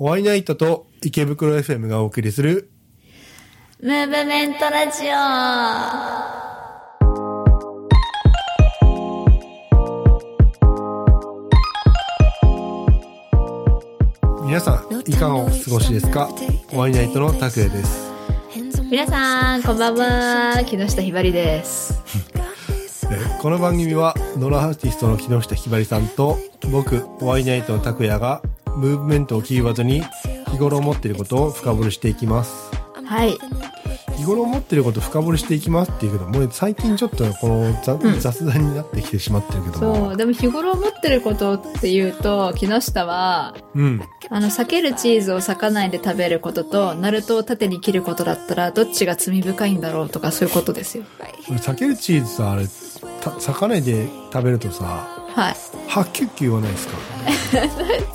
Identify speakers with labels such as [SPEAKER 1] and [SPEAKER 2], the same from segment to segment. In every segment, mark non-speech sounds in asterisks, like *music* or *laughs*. [SPEAKER 1] ワイナイトと池袋 FM がお送りする、
[SPEAKER 2] ムーブメントラジオ
[SPEAKER 1] 皆さん、いかがお過ごしですかワイナイトの拓也です。
[SPEAKER 2] 皆さん、こんばんは。木下ひばりです。
[SPEAKER 1] えこの番組は、ノラアーティストの木下ひばりさんと、僕、ワイナイトの拓也が、ムーブメントをキーワードに、日頃思っていることを深掘りしていきます。
[SPEAKER 2] はい。
[SPEAKER 1] 日頃思っていることを深掘りしていきますっていうけど、もう最近ちょっとこの雑,、
[SPEAKER 2] ん
[SPEAKER 1] 雑談になってきてしまってるけども。
[SPEAKER 2] そう、でも日頃思ってることっていうと、木下は、
[SPEAKER 1] うん。
[SPEAKER 2] あの、避けるチーズを裂かないで食べることと、ナルトを縦に切ることだったら、どっちが罪深いんだろうとか、そういうことですよ。
[SPEAKER 1] 俺、避けるチーズさ、あれ、た裂かないで食べるとさ、
[SPEAKER 2] はい。
[SPEAKER 1] 8キュッキュ言わないですか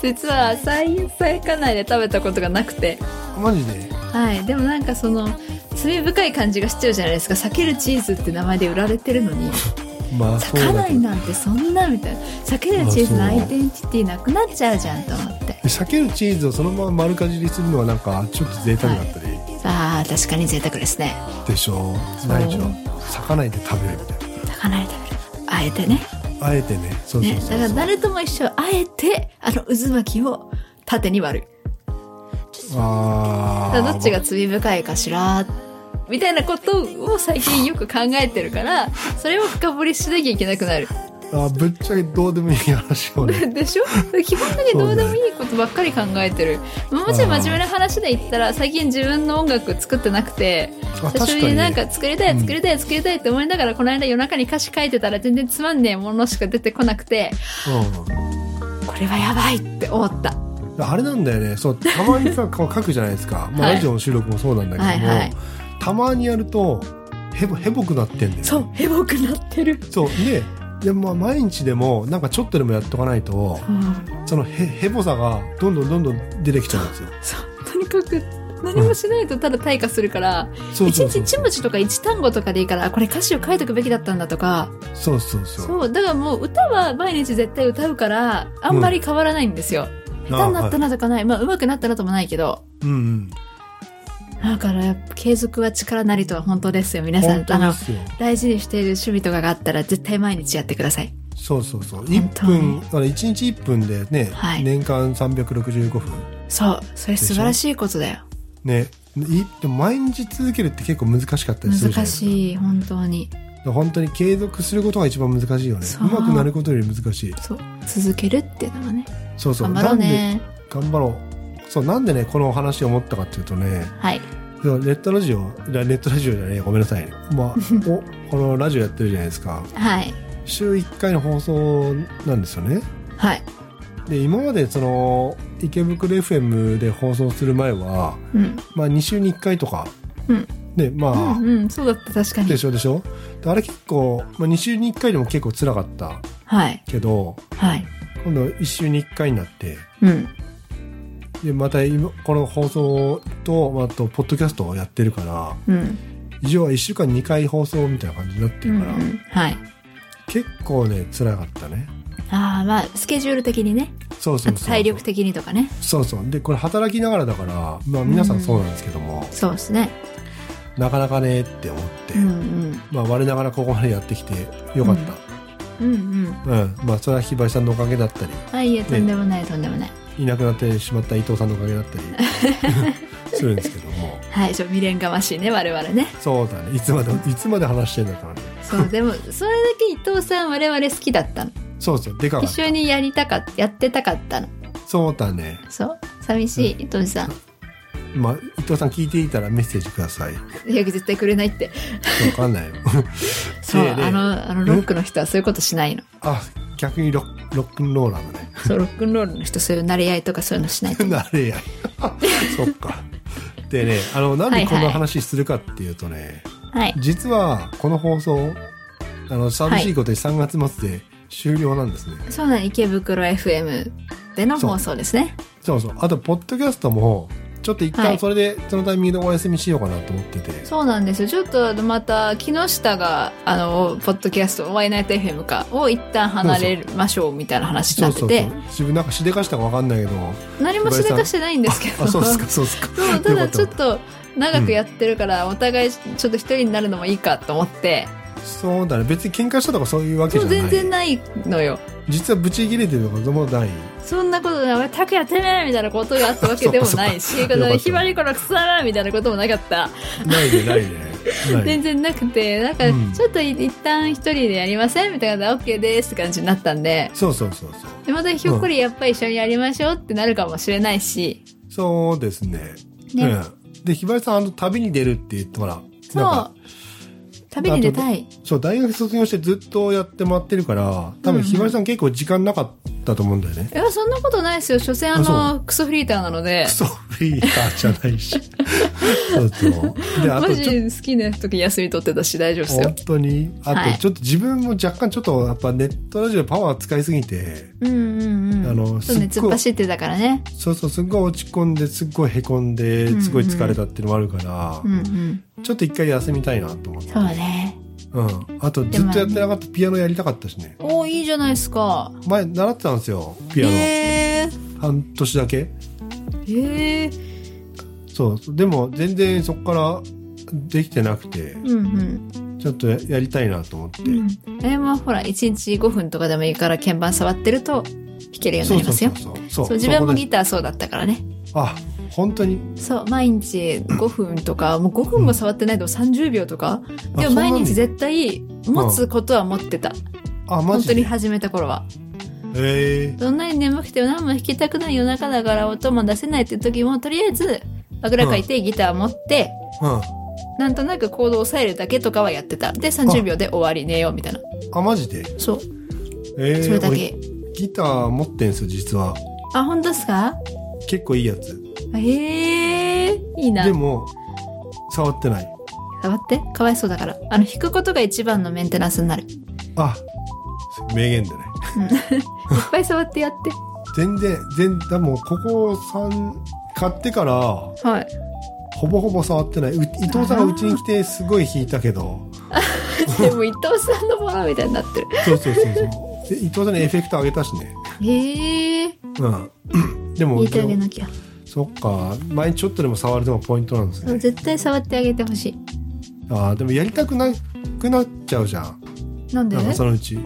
[SPEAKER 2] 実は、裂かないで食べたことがなくて。
[SPEAKER 1] マジで
[SPEAKER 2] はい。でもなんかその、罪深い感じがしちゃうじゃないですか。避けるチーズって名前で売られてるのに。
[SPEAKER 1] まあそう
[SPEAKER 2] 咲
[SPEAKER 1] だ
[SPEAKER 2] かな
[SPEAKER 1] け
[SPEAKER 2] い
[SPEAKER 1] ど
[SPEAKER 2] なんてそんなみたいな避けるチーズのアイデンティティなくなっちゃうじゃんと思って
[SPEAKER 1] 避けるチーズをそのまま丸かじりするのはなんかちょっと贅沢だったり
[SPEAKER 2] あー確かに贅沢ですね
[SPEAKER 1] でしょうないでしょ咲かないで食べるみたい
[SPEAKER 2] 咲かないであえてね
[SPEAKER 1] なあえてねそうそう
[SPEAKER 2] ね
[SPEAKER 1] そう
[SPEAKER 2] だから誰とも一緒あえてあの渦巻きを縦に割る
[SPEAKER 1] あ
[SPEAKER 2] だ
[SPEAKER 1] ー
[SPEAKER 2] からどっちが罪深いかしらみたいなことを最近よく考えてるからそれを深掘りしなきゃいけなくなる
[SPEAKER 1] あぶっちゃけどうでもいい話
[SPEAKER 2] *laughs*
[SPEAKER 1] をね
[SPEAKER 2] でしょ基本的にどうでもいいことばっかり考えてる、まあもちろん真面目な話で言ったら最近自分の音楽作ってなくて
[SPEAKER 1] あ確
[SPEAKER 2] 最
[SPEAKER 1] か
[SPEAKER 2] 初
[SPEAKER 1] に
[SPEAKER 2] になん
[SPEAKER 1] ね
[SPEAKER 2] か作りた
[SPEAKER 1] う
[SPEAKER 2] い
[SPEAKER 1] ん
[SPEAKER 2] 作りたい作りたいって思いながらこの間夜中に歌詞書いてたら全然つまんねえものしか出てこなくてこれはやばいって思った
[SPEAKER 1] うんあれなんだよねそうたまにさこう書くじゃないですか、まあ
[SPEAKER 2] はい
[SPEAKER 1] ラジオの収録もそうなんだけども、
[SPEAKER 2] はいはい
[SPEAKER 1] たまにやるとへぼへぼくなってんだよね
[SPEAKER 2] そうヘボくなってる
[SPEAKER 1] そうででもまあ毎日でもなんかちょっとでもやっとかないと
[SPEAKER 2] うん
[SPEAKER 1] そのへへぼさがどんどんどんどん出てきちゃうんですよ
[SPEAKER 2] そうとにかく何もしないとただ退化するから
[SPEAKER 1] そう
[SPEAKER 2] 一
[SPEAKER 1] そうそ
[SPEAKER 2] 日
[SPEAKER 1] う
[SPEAKER 2] 一文字とか一単語とかでいいからこれ歌詞を書いとくべきだったんだとか
[SPEAKER 1] そうそうそう
[SPEAKER 2] そうだからもう歌は毎日絶対歌うからあんまり変わらないんですよ、下手になった
[SPEAKER 1] な、
[SPEAKER 2] なとかないまあ上手くなったなともないけど
[SPEAKER 1] うんうん
[SPEAKER 2] だからやっぱ継続は力なりとは本当ですよ皆さん
[SPEAKER 1] 本当ですよ
[SPEAKER 2] 大事にしている趣味とかがあったら絶対毎日やってください。
[SPEAKER 1] そうそうそう
[SPEAKER 2] 本
[SPEAKER 1] 1
[SPEAKER 2] 当に
[SPEAKER 1] 分あの1日1分でね、
[SPEAKER 2] はい
[SPEAKER 1] 年間365分
[SPEAKER 2] そう、それ素晴らしいことだよ。
[SPEAKER 1] ねいでも毎日続けるって結構難しかったりするじゃない
[SPEAKER 2] 難
[SPEAKER 1] ですか
[SPEAKER 2] しい、本当に。
[SPEAKER 1] 本当に継続することが一番難しいよね
[SPEAKER 2] そう
[SPEAKER 1] うまくなることより難しい
[SPEAKER 2] そう、続けるっていうのはね。
[SPEAKER 1] そうそう
[SPEAKER 2] 頑張ろうね。
[SPEAKER 1] なんで頑張ろうそうなんでねこのお話を思ったかっていうとね
[SPEAKER 2] はい。
[SPEAKER 1] でもネットラジオいやネットラジオじゃねえごめんなさいま
[SPEAKER 2] *laughs*
[SPEAKER 1] あおこのラジオやってるじゃないですか
[SPEAKER 2] はい。
[SPEAKER 1] 週1回の放送なんですよね
[SPEAKER 2] はい。
[SPEAKER 1] で今までその池袋 FM で放送する前は、
[SPEAKER 2] うん。
[SPEAKER 1] まあ、2週に1回とか、
[SPEAKER 2] うん
[SPEAKER 1] でまあ、
[SPEAKER 2] うんうん、そうだった、確かに
[SPEAKER 1] で。しょでしょであれ結構、まあ、2週に1回でも結構辛かった
[SPEAKER 2] はい。
[SPEAKER 1] けど
[SPEAKER 2] はい。
[SPEAKER 1] 今度1週に1回になって
[SPEAKER 2] うん。
[SPEAKER 1] でまた今この放送と、まあ、あとポッドキャストをやってるから
[SPEAKER 2] うん。
[SPEAKER 1] 以上は1週間2回放送みたいな感じになって
[SPEAKER 2] う
[SPEAKER 1] る
[SPEAKER 2] んう
[SPEAKER 1] から、
[SPEAKER 2] ん。はい。
[SPEAKER 1] 結構ね辛かったね
[SPEAKER 2] ああ、まあ、スケジュール的にね。
[SPEAKER 1] そうそ
[SPEAKER 2] あ
[SPEAKER 1] うそ
[SPEAKER 2] と
[SPEAKER 1] う
[SPEAKER 2] 体力的にとかね。
[SPEAKER 1] そうそうでこれ働きながらだから、まあ、皆さんそうなんですけども、
[SPEAKER 2] そうですね。
[SPEAKER 1] なかなかねって思って、
[SPEAKER 2] うんうん。
[SPEAKER 1] まあ我ながらここまでやってきてよかっ
[SPEAKER 2] うんうん。
[SPEAKER 1] た、うんまあそれはひばりさんのおかげだった
[SPEAKER 2] はい、いえ、とんでもない、とんでもない。
[SPEAKER 1] りいなくなってしまった伊藤さんのおかげだったり
[SPEAKER 2] *laughs*
[SPEAKER 1] するんですけども
[SPEAKER 2] はい、ちょ、未練がましいね、我々ね。
[SPEAKER 1] そうだねいつまでいつまで話してんだからね
[SPEAKER 2] *laughs* そう、でも、それだけ伊藤さん、我々好きだったの。
[SPEAKER 1] そうそうでかかっ
[SPEAKER 2] 一緒
[SPEAKER 1] た
[SPEAKER 2] にやりたかっやってたかったの
[SPEAKER 1] そうだね
[SPEAKER 2] そう寂しい伊藤さん
[SPEAKER 1] まあ伊藤さん聞いていたらメッセージくださいわ
[SPEAKER 2] いや絶対くれないって
[SPEAKER 1] かんないよ
[SPEAKER 2] *laughs* そう
[SPEAKER 1] ねえねえ
[SPEAKER 2] あのあのロックの人はそういうことしないの
[SPEAKER 1] あ逆にロッロックンローラーだね
[SPEAKER 2] そうロックンロールの人そういう馴れ合いとかそういうのしないと
[SPEAKER 1] なれや *laughs* そっかでねあのなんでこんな話するかっていうとね、
[SPEAKER 2] はい
[SPEAKER 1] 実はこの放送あの寂しいことに3月末で終了なんですね、
[SPEAKER 2] そうなの池袋 FM での放送ですね
[SPEAKER 1] そうそうあとポッドキャストもちょっと一
[SPEAKER 2] は
[SPEAKER 1] 旦
[SPEAKER 2] い
[SPEAKER 1] それで、そのタイミングでお休みしようかなと思ってて。
[SPEAKER 2] そうなんですよ。ちょっとまた、木下が、あの、ポッドキャスト、ワイナイト FM か、を一旦離れましょうみたいな話
[SPEAKER 1] そ
[SPEAKER 2] にな
[SPEAKER 1] う
[SPEAKER 2] ってて、
[SPEAKER 1] そうそう。自分なんかしでかしたかわかんないけど。
[SPEAKER 2] 何もしでかしてないんですけど、
[SPEAKER 1] あ、そうですか、そうですか。
[SPEAKER 2] そうた
[SPEAKER 1] よか
[SPEAKER 2] だ
[SPEAKER 1] った
[SPEAKER 2] ちょっと、長くやってるから、お互いちょっと一人になるのもいいかと思って、
[SPEAKER 1] そうだね。別に喧嘩したとかそういうわけ
[SPEAKER 2] そ
[SPEAKER 1] じ
[SPEAKER 2] う
[SPEAKER 1] ゃない。
[SPEAKER 2] 全然ないのよ。
[SPEAKER 1] 実はブチ切れてるとか、でもない。
[SPEAKER 2] そんなことで、俺、拓也てめえみたいなことがあったわけでもないし、
[SPEAKER 1] うか
[SPEAKER 2] こ
[SPEAKER 1] よかった
[SPEAKER 2] のひばりこのくそらみたいなこともなかった。
[SPEAKER 1] ないね、ないね。ない
[SPEAKER 2] *laughs* 全然なくて、なんか
[SPEAKER 1] うん、
[SPEAKER 2] ちょっと一旦一人でやりませんみたいな、OK ですって感じになったんで、
[SPEAKER 1] そうそうそうそう。
[SPEAKER 2] でまたひょっこりやっぱり一緒にやりましょうってなるかもしれないし、
[SPEAKER 1] そうですね。
[SPEAKER 2] ね
[SPEAKER 1] うん。で、ひばりさん、あの、旅に出るって言ったから。なん
[SPEAKER 2] そ
[SPEAKER 1] か
[SPEAKER 2] う、旅に出たい。
[SPEAKER 1] そう、大学卒業してずっとやってもらってるから、多
[SPEAKER 2] うん
[SPEAKER 1] 分
[SPEAKER 2] うん
[SPEAKER 1] ひばりさん結構時間なかったと思うんだよ
[SPEAKER 2] *laughs*
[SPEAKER 1] ね。
[SPEAKER 2] いや、そんなことないですよ。所詮あ
[SPEAKER 1] あ
[SPEAKER 2] の、クソフリーターなので
[SPEAKER 1] ク、ソフリーターじゃない
[SPEAKER 2] *laughs*
[SPEAKER 1] し。そうそう。で、あ
[SPEAKER 2] マ
[SPEAKER 1] と
[SPEAKER 2] ジ
[SPEAKER 1] ちょっ
[SPEAKER 2] 好きな時休み取ってたし大丈夫です
[SPEAKER 1] と、本
[SPEAKER 2] よ。
[SPEAKER 1] 当に、あ
[SPEAKER 2] はい
[SPEAKER 1] とちょっと自分も若干ちょっとやっぱネットラジオでパワー使いすぎて、
[SPEAKER 2] うんうんうん。
[SPEAKER 1] あの
[SPEAKER 2] そうね、
[SPEAKER 1] すっ
[SPEAKER 2] 突
[SPEAKER 1] ご
[SPEAKER 2] っ
[SPEAKER 1] い
[SPEAKER 2] 走ってたからね。
[SPEAKER 1] そうそう、すっごい落ち込んで、すっごい凹んで、すごい疲れたっていうのもあるから、
[SPEAKER 2] うんうん。
[SPEAKER 1] ちょっと一回休みたいなと思って。
[SPEAKER 2] そうね。
[SPEAKER 1] うん。あとずっとやってなかったピアノやりたかったしね。
[SPEAKER 2] おーいいじゃないですか。
[SPEAKER 1] 前習ってたんですよ、ピアノ。
[SPEAKER 2] へえ
[SPEAKER 1] 半年だけ。
[SPEAKER 2] ー。へえー。
[SPEAKER 1] そう。でも、全然そこからできてなくて、
[SPEAKER 2] うんうん。
[SPEAKER 1] ちょっとややりたいなと思って。
[SPEAKER 2] あれもほら、1日5分とかでもいいから鍵盤触ってると弾けるように
[SPEAKER 1] そ
[SPEAKER 2] な
[SPEAKER 1] う
[SPEAKER 2] り
[SPEAKER 1] そ
[SPEAKER 2] ま
[SPEAKER 1] う
[SPEAKER 2] す
[SPEAKER 1] そ
[SPEAKER 2] よ
[SPEAKER 1] う。そう。
[SPEAKER 2] そう
[SPEAKER 1] そう
[SPEAKER 2] 自分も
[SPEAKER 1] そこで
[SPEAKER 2] ギターそうだったからね。
[SPEAKER 1] あ、本当に。
[SPEAKER 2] そう、毎日5分とか、もう5分も触ってないと30秒とか。
[SPEAKER 1] あそん
[SPEAKER 2] でも
[SPEAKER 1] なに
[SPEAKER 2] 毎日絶対持つことは持ってた。
[SPEAKER 1] あ、マ
[SPEAKER 2] 本当
[SPEAKER 1] ジ
[SPEAKER 2] に
[SPEAKER 1] で。
[SPEAKER 2] 始めた頃は。
[SPEAKER 1] ええ
[SPEAKER 2] どんなに眠くても何も弾きたくない夜中だから音も出せないって時も、とりあえず、あぐらかいてギター持って、
[SPEAKER 1] うん。
[SPEAKER 2] なんとなくコードを抑えるだけとかはやってた。で、30秒で終わり寝ようみたいな。
[SPEAKER 1] あ、マジで。
[SPEAKER 2] そう、
[SPEAKER 1] ええ
[SPEAKER 2] それだけ
[SPEAKER 1] 俺。ギター持ってんすよ、実は。
[SPEAKER 2] あ、本当ですか
[SPEAKER 1] 結構いいやつ。
[SPEAKER 2] ええいいな
[SPEAKER 1] で。も、触ってない。
[SPEAKER 2] 触って。かわいそうだから。あの、弾くことが一番のメンテナンスになる。いっ
[SPEAKER 1] あ、名言だね。
[SPEAKER 2] ぱい触ってやって。
[SPEAKER 1] 全然、全、でも、ここ3、買ってから、
[SPEAKER 2] はい。
[SPEAKER 1] ほぼほぼ触ってない。う伊藤さんがうちに来て、すごい弾いたけど。
[SPEAKER 2] でも伊藤さんのものみたいになってる。
[SPEAKER 1] そうそうそうそう。 *laughs* で伊藤さんにエフェクトあげたしね。
[SPEAKER 2] ええ
[SPEAKER 1] うん。でも、
[SPEAKER 2] 入れてあげなきゃ。
[SPEAKER 1] そっか。前にちょっとでも触るのがポイントなんですね。
[SPEAKER 2] 絶対触ってあげてほし
[SPEAKER 1] ああ、でもやりたくなくなっちゃうじゃん。
[SPEAKER 2] い。なんで
[SPEAKER 1] なんか
[SPEAKER 2] 弾
[SPEAKER 1] そのうち。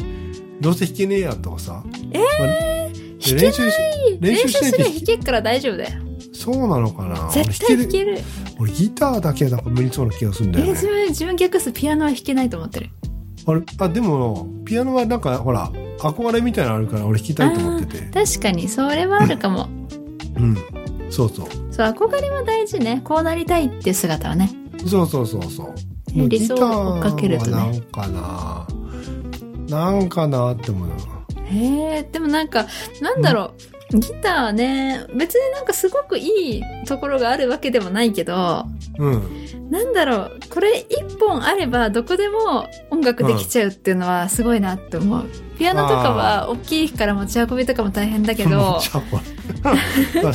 [SPEAKER 1] どうせ弾けねえやとかさ。え
[SPEAKER 2] けない
[SPEAKER 1] 練習し練
[SPEAKER 2] 練
[SPEAKER 1] 習
[SPEAKER 2] 習
[SPEAKER 1] し
[SPEAKER 2] す
[SPEAKER 1] て
[SPEAKER 2] れ
[SPEAKER 1] いて
[SPEAKER 2] ば
[SPEAKER 1] 弾
[SPEAKER 2] 弾けっから大丈夫だよ。
[SPEAKER 1] そうなのかな
[SPEAKER 2] 絶対弾
[SPEAKER 1] 俺
[SPEAKER 2] ける。
[SPEAKER 1] る俺ギターだけはなんか無理そうな気がするん
[SPEAKER 2] え
[SPEAKER 1] だよね。
[SPEAKER 2] 自分、自分逆すピアノは弾けないと思ってる。
[SPEAKER 1] あれあでもピアノはなんかほら憧れみたいなのあるから俺弾きたいと思ってて
[SPEAKER 2] 確かに、それはあるかも。
[SPEAKER 1] うんそうそう
[SPEAKER 2] そう、憧れは大事ね。こうなりたいっていう姿はね。
[SPEAKER 1] そうそうそうそう
[SPEAKER 2] ね理想を追っかけるとね
[SPEAKER 1] ギターはなんかななんかなって思うな
[SPEAKER 2] へえでもなんかなんだろう、ギターね別になんかすごくいいところがあるわけでもないけど
[SPEAKER 1] うん
[SPEAKER 2] なんだろうこれ一本あればどこでも音楽できちゃうっていうのはすごいなって思う、ピアノとかは大きいから持ち運びとかも大変だ
[SPEAKER 1] *laughs*
[SPEAKER 2] けど
[SPEAKER 1] じゃあこれ確
[SPEAKER 2] *laughs*
[SPEAKER 1] かに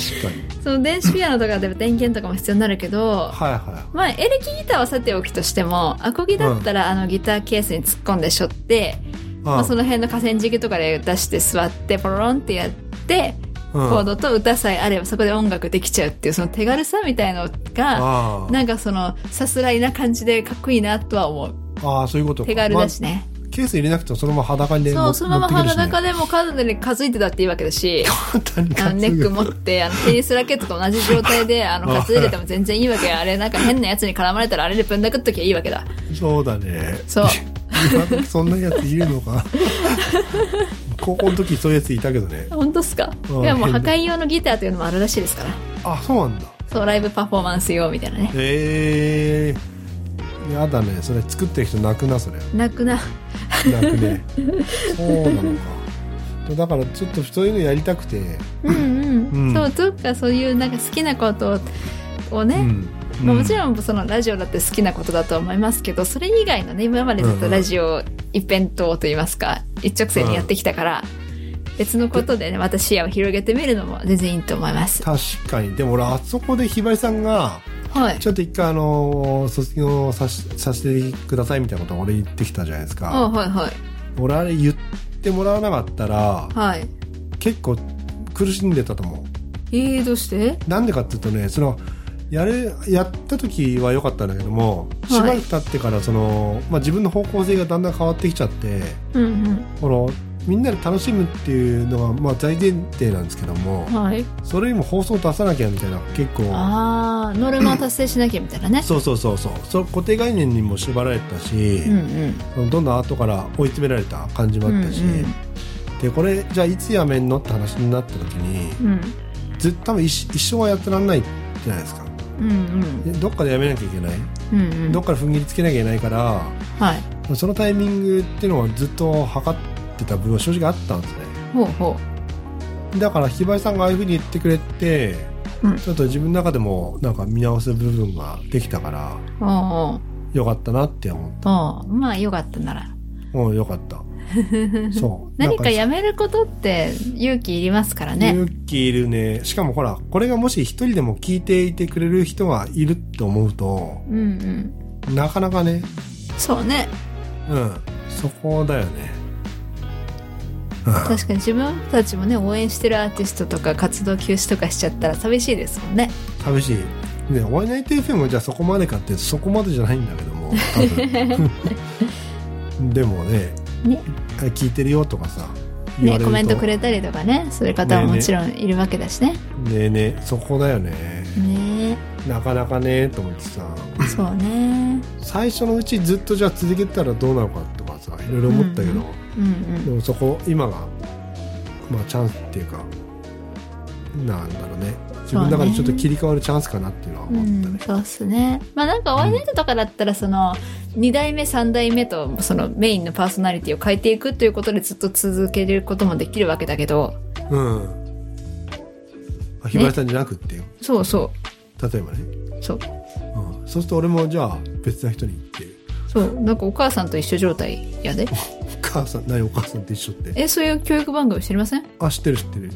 [SPEAKER 2] その電子ピアノとかでも電源とかも必要になるけど
[SPEAKER 1] はいは
[SPEAKER 2] まあエレキギターはさておきとしてもアコギだったらあのギターケースに突っ込んでしょって、
[SPEAKER 1] い
[SPEAKER 2] まあ、その辺の河川敷とかで出して座ってポロロンってやって
[SPEAKER 1] うん
[SPEAKER 2] コードと歌さえあればそこで音楽できちゃうっていうその手軽さみたいのが
[SPEAKER 1] あー
[SPEAKER 2] なんかそのさすらいな感じでかっこいいなとは思う
[SPEAKER 1] あーそういうことか
[SPEAKER 2] 手軽だ
[SPEAKER 1] ま
[SPEAKER 2] しね、
[SPEAKER 1] あケース入れなくてもそのまま裸にね
[SPEAKER 2] そ
[SPEAKER 1] も
[SPEAKER 2] うそのまま
[SPEAKER 1] 持ってくるしね *laughs*
[SPEAKER 2] 裸でもカードに数えてたっていいわけだし
[SPEAKER 1] 簡単に
[SPEAKER 2] あの
[SPEAKER 1] 担
[SPEAKER 2] ネ
[SPEAKER 1] ぐ
[SPEAKER 2] ック持ってあのテニスラケットと同じ状態であの *laughs*
[SPEAKER 1] あ
[SPEAKER 2] 数えれても全然いいわけあれなんか変なやつに絡まれたらあれでぶん殴っときゃいいわけだ
[SPEAKER 1] そうだね
[SPEAKER 2] そう
[SPEAKER 1] *laughs* 今そんなやついるのか *laughs* 高校の時そういうやついたけどね
[SPEAKER 2] 本当っすか
[SPEAKER 1] うん
[SPEAKER 2] いやもう破壊用のギターというのもあるらしいですから
[SPEAKER 1] あそうなんだ
[SPEAKER 2] そうライブパフォーマンス用みたいなね
[SPEAKER 1] ええやだねそれ作ってる人泣くなそれ
[SPEAKER 2] 泣くな
[SPEAKER 1] 泣く
[SPEAKER 2] *laughs*
[SPEAKER 1] ねそうなのかだからちょっとそういうのやりたくて
[SPEAKER 2] うんうん、
[SPEAKER 1] うん
[SPEAKER 2] そうどっかそういうなんか好きなことををね、
[SPEAKER 1] うん、
[SPEAKER 2] まあもち
[SPEAKER 1] ん
[SPEAKER 2] ろんそのラジオだって好きなことだと思いますけどそれ以外のね今までずっとラジオ一辺倒と言いますか、一直線にやってきたから、別のことでね、また視野を広げてみるのも全然いいと思います。
[SPEAKER 1] 確かに。でも俺、あそこでひばりさんが、
[SPEAKER 2] はい。
[SPEAKER 1] ちょっと一回あのー、卒業さしさせてくださいみたいなことを俺言ってきたじゃないです
[SPEAKER 2] あ
[SPEAKER 1] か。
[SPEAKER 2] はいはい。
[SPEAKER 1] 俺、あれ言ってもらわなかったら、
[SPEAKER 2] はい。
[SPEAKER 1] 結構苦しんでたと思う。
[SPEAKER 2] えー、どうして
[SPEAKER 1] なんでかっていうとね、その、やる、やった時は良かったんだけども、
[SPEAKER 2] い
[SPEAKER 1] しばらく経ってから、その、まあ、自分の方向性がだんだん変わってきちゃって、
[SPEAKER 2] うん
[SPEAKER 1] この、みんなで楽しむっていうのが、まあ、大前提なんですけども、
[SPEAKER 2] うん。はい。
[SPEAKER 1] それにも放送出さなきゃみたいな、結構、
[SPEAKER 2] ああ、ノルマを達成しなきゃみたいなね。
[SPEAKER 1] そうそうそうそうその固定概念にも縛られたし、
[SPEAKER 2] うんうん。
[SPEAKER 1] どんどん後から追い詰められた感じもあったし、
[SPEAKER 2] うん
[SPEAKER 1] でこれじゃあいつやめんのって話になった時に
[SPEAKER 2] うん。うん
[SPEAKER 1] ずっと多分一一生はやってらんないじゃないですか
[SPEAKER 2] うん
[SPEAKER 1] でどっかでやめなきゃいけない、
[SPEAKER 2] うん。うんうん。
[SPEAKER 1] どっかで踏ん切りつけなきゃいけないから
[SPEAKER 2] はい。
[SPEAKER 1] そのタイミングっていうのはずっと測ってた部分は正直あったんですね
[SPEAKER 2] ほうほ
[SPEAKER 1] だからひばりさんがああいうふうに言ってくれて、
[SPEAKER 2] うん
[SPEAKER 1] ちょっと自分の中でもなんか見直す部分ができたから
[SPEAKER 2] う。あ
[SPEAKER 1] よかったなって思った
[SPEAKER 2] あ。ああ。まあ、よかったなら。
[SPEAKER 1] うんよかった
[SPEAKER 2] *laughs*
[SPEAKER 1] そう
[SPEAKER 2] 何か
[SPEAKER 1] なん
[SPEAKER 2] やめることって勇気いりますからね。
[SPEAKER 1] 勇気いるね。しかもほら、これがもし一人でも聞いていてくれる人がいると思うと、
[SPEAKER 2] うんうん。
[SPEAKER 1] なかなかね、
[SPEAKER 2] そうね。
[SPEAKER 1] うん、そこだよね。
[SPEAKER 2] 確かに自分たちもね、応援してるアーティストとか活動休止とかしちゃったら寂しいですもんね。
[SPEAKER 1] 寂しい。ね、お会いないと FM もじゃあそこまでかって、そこまでじゃないんだけども、多
[SPEAKER 2] *laughs*
[SPEAKER 1] 分。でもね、
[SPEAKER 2] ね
[SPEAKER 1] 聞いてるよとかさ、言われる
[SPEAKER 2] ね、
[SPEAKER 1] と
[SPEAKER 2] コメントくれたりとかね、そういう方ももちろんいるわけだしね。
[SPEAKER 1] ねえねえ、そこだよね。
[SPEAKER 2] *laughs* ね
[SPEAKER 1] なかなかね、と思ってさ、
[SPEAKER 2] えそうね。
[SPEAKER 1] 最初のうちずっとじゃあ続けてたらどうなのかとかさ、いろいろ思ったけど、
[SPEAKER 2] うん
[SPEAKER 1] でもそこ今が、まあ、チャンスっていうかなんだろうね自分の中でちょっと切り替わるチャンスかなっていうのは
[SPEAKER 2] う
[SPEAKER 1] 思った
[SPEAKER 2] ん。う
[SPEAKER 1] ね
[SPEAKER 2] ん、そうっすね。まあなんか、ワイナイトとかだったら、その、2代目、3代目と、そのメインのパーソナリティを変えていくということでずっと続けることもできるわけだけど、
[SPEAKER 1] うん、あひばりさんじゃなくってよ
[SPEAKER 2] そうそ
[SPEAKER 1] 例えばね、
[SPEAKER 2] う、そう、
[SPEAKER 1] うん、そうすると俺もじゃあ別な人に行って
[SPEAKER 2] そう、なんかお母さんと一緒状態やで。
[SPEAKER 1] お母さん何お母さんと一緒って
[SPEAKER 2] え、そういう教育番組知りません
[SPEAKER 1] あ知ってる知ってる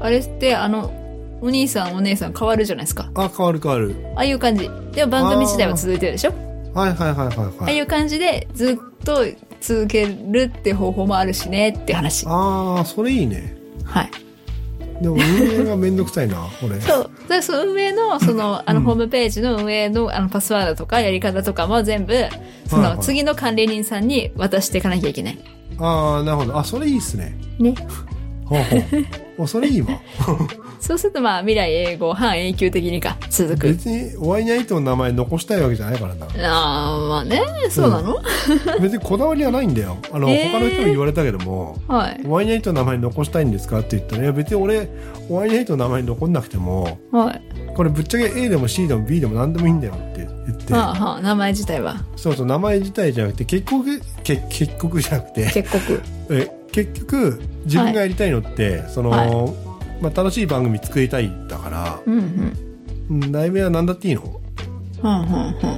[SPEAKER 2] あれって、あの、お兄さんお姉さん変わるじゃないですか。
[SPEAKER 1] あ変わる変わる
[SPEAKER 2] ああいう感じ。でも番組自体は続いてるでしょ
[SPEAKER 1] はいはいはいはい
[SPEAKER 2] あ
[SPEAKER 1] は
[SPEAKER 2] あい
[SPEAKER 1] いう
[SPEAKER 2] 感じでずっと続けるって方法もあるしねって話。は
[SPEAKER 1] ああそれいいね
[SPEAKER 2] い。
[SPEAKER 1] でも運営がめんどくさい
[SPEAKER 2] *laughs*
[SPEAKER 1] な俺
[SPEAKER 2] そう。だからその運営の、その、あの、ホームページの運営の、あの、パスワードとかやり方とかも全部、そ
[SPEAKER 1] はいは
[SPEAKER 2] の、
[SPEAKER 1] い
[SPEAKER 2] 次の管理人さんに渡していかなきゃいけない。
[SPEAKER 1] ああなるほどあそれいいっすね
[SPEAKER 2] ね。
[SPEAKER 1] ほう
[SPEAKER 2] *laughs*
[SPEAKER 1] ほうあそれいいわ
[SPEAKER 2] そうすると、まあ、未来英語、半永久的にか、続く。
[SPEAKER 1] 別にお会いないとの名前残したいわけじゃないからな
[SPEAKER 2] ああ、まあね、そうなの、
[SPEAKER 1] 別にこだわりはないんだよあの、
[SPEAKER 2] えー
[SPEAKER 1] 他の人に言われたけども
[SPEAKER 2] はい。
[SPEAKER 1] お会いないとの名前残したいんですかって言ったらいや別に俺お会いないとの名前残んなくても
[SPEAKER 2] はい。
[SPEAKER 1] これぶっちゃけ A でも C でも B でも何でもいいんだよって言って、
[SPEAKER 2] はあはあ、名前自体は。
[SPEAKER 1] そうそう名前自体じゃなくて結局け結局じゃなくて
[SPEAKER 2] 結 *laughs* 局。
[SPEAKER 1] え結局自分がやりたいのって、その、
[SPEAKER 2] はい
[SPEAKER 1] まあ、楽しい番組作りたいんだから
[SPEAKER 2] うんうん。
[SPEAKER 1] うん題名は何だっていいの
[SPEAKER 2] うんうん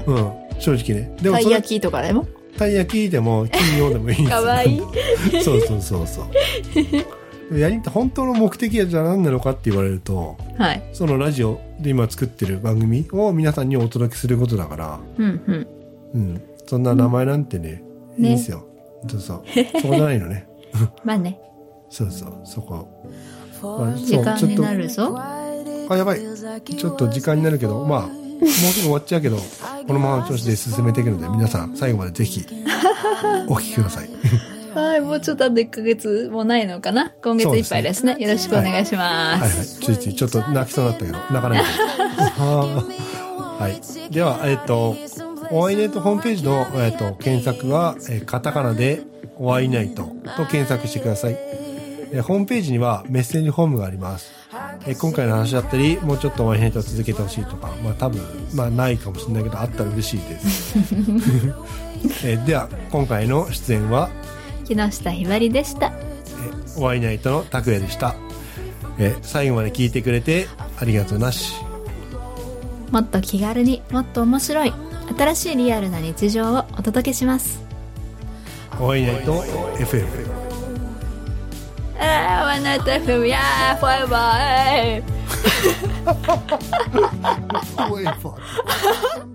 [SPEAKER 2] うん。
[SPEAKER 1] うん正直ねで
[SPEAKER 2] た
[SPEAKER 1] も
[SPEAKER 2] い
[SPEAKER 1] それ
[SPEAKER 2] 焼きとかでも
[SPEAKER 1] たい焼きでも金曜でもいいんです
[SPEAKER 2] かわいい。
[SPEAKER 1] *laughs* そうそうそうそう。
[SPEAKER 2] *laughs*
[SPEAKER 1] でもやりた本当の目的はじゃあ何なのかって言われると
[SPEAKER 2] はい。
[SPEAKER 1] そのラジオで今作ってる番組を皆さんにお届けすることだから、
[SPEAKER 2] うんうん。
[SPEAKER 1] うん、そんな名前なんてね、
[SPEAKER 2] うん
[SPEAKER 1] いいんですよ、そうそうそこじゃないの
[SPEAKER 2] *laughs*
[SPEAKER 1] ね
[SPEAKER 2] まあね。
[SPEAKER 1] そうそうそこ
[SPEAKER 3] あ
[SPEAKER 1] そう
[SPEAKER 2] 時間にな
[SPEAKER 3] る
[SPEAKER 2] る
[SPEAKER 3] ぞ
[SPEAKER 2] ぞ。
[SPEAKER 3] あ
[SPEAKER 1] あ
[SPEAKER 3] や
[SPEAKER 1] や
[SPEAKER 3] ば
[SPEAKER 1] ば
[SPEAKER 3] い
[SPEAKER 1] い
[SPEAKER 3] ち
[SPEAKER 1] ち
[SPEAKER 3] ょ
[SPEAKER 1] ょ
[SPEAKER 3] っ
[SPEAKER 1] っ
[SPEAKER 3] と
[SPEAKER 1] と
[SPEAKER 3] 時
[SPEAKER 1] 時
[SPEAKER 3] 間
[SPEAKER 1] 間
[SPEAKER 3] に
[SPEAKER 1] に
[SPEAKER 3] な
[SPEAKER 1] な
[SPEAKER 3] る
[SPEAKER 1] る
[SPEAKER 3] け
[SPEAKER 1] け
[SPEAKER 3] ど
[SPEAKER 1] ど
[SPEAKER 3] ま
[SPEAKER 1] ま
[SPEAKER 3] あ
[SPEAKER 1] あもうすぐ終わっちゃうけどこのままの調子で進めていくので皆さん最後までぜひお聞きください
[SPEAKER 2] はい、もうちょっとあと1ヶ月もないのかな今月いっぱいですね。よろしくお願いし
[SPEAKER 1] はい
[SPEAKER 2] ま
[SPEAKER 1] はい
[SPEAKER 2] す。
[SPEAKER 1] ついついちょっと泣きそうだったけど泣か *laughs* ないであー
[SPEAKER 3] はいではえっと
[SPEAKER 1] お
[SPEAKER 3] お会
[SPEAKER 1] 会い
[SPEAKER 3] い
[SPEAKER 1] ネ
[SPEAKER 3] ネ
[SPEAKER 1] ッ
[SPEAKER 3] ッ
[SPEAKER 1] ト
[SPEAKER 3] ト
[SPEAKER 1] ホ
[SPEAKER 3] ホー
[SPEAKER 1] ーム
[SPEAKER 3] ムペ
[SPEAKER 1] ペ
[SPEAKER 3] ー
[SPEAKER 1] ージ
[SPEAKER 3] ジ
[SPEAKER 1] の
[SPEAKER 3] の、
[SPEAKER 1] え
[SPEAKER 3] え
[SPEAKER 1] っ
[SPEAKER 3] っ
[SPEAKER 1] と
[SPEAKER 3] と、
[SPEAKER 1] 検
[SPEAKER 3] 検
[SPEAKER 1] 索
[SPEAKER 3] 索
[SPEAKER 1] は
[SPEAKER 3] は、
[SPEAKER 1] え
[SPEAKER 3] え
[SPEAKER 1] カ
[SPEAKER 3] カタ
[SPEAKER 1] タカ
[SPEAKER 3] カ
[SPEAKER 1] ナ
[SPEAKER 3] ナ
[SPEAKER 1] で
[SPEAKER 3] で
[SPEAKER 1] 「お会いナイト」と検索してくださいえホームページにはメッセージフォームがありますえ今回の話だったりもうちょっとお会いナイトを続けてほしいとかまあ多分まあないかもしれないけどあったら嬉しいです *laughs* えでは今回の出演は
[SPEAKER 2] 木下ひばりでした。
[SPEAKER 1] 「お会いナイト」の拓也でしたえ最後まで聞いてくれてありがとうなし
[SPEAKER 2] もっと気軽にもっと面白い新しいリアルな日常をお届けします。
[SPEAKER 1] お会いナイト FM
[SPEAKER 2] ああ、ワンナイト FM やーファイバー
[SPEAKER 1] フォーエバー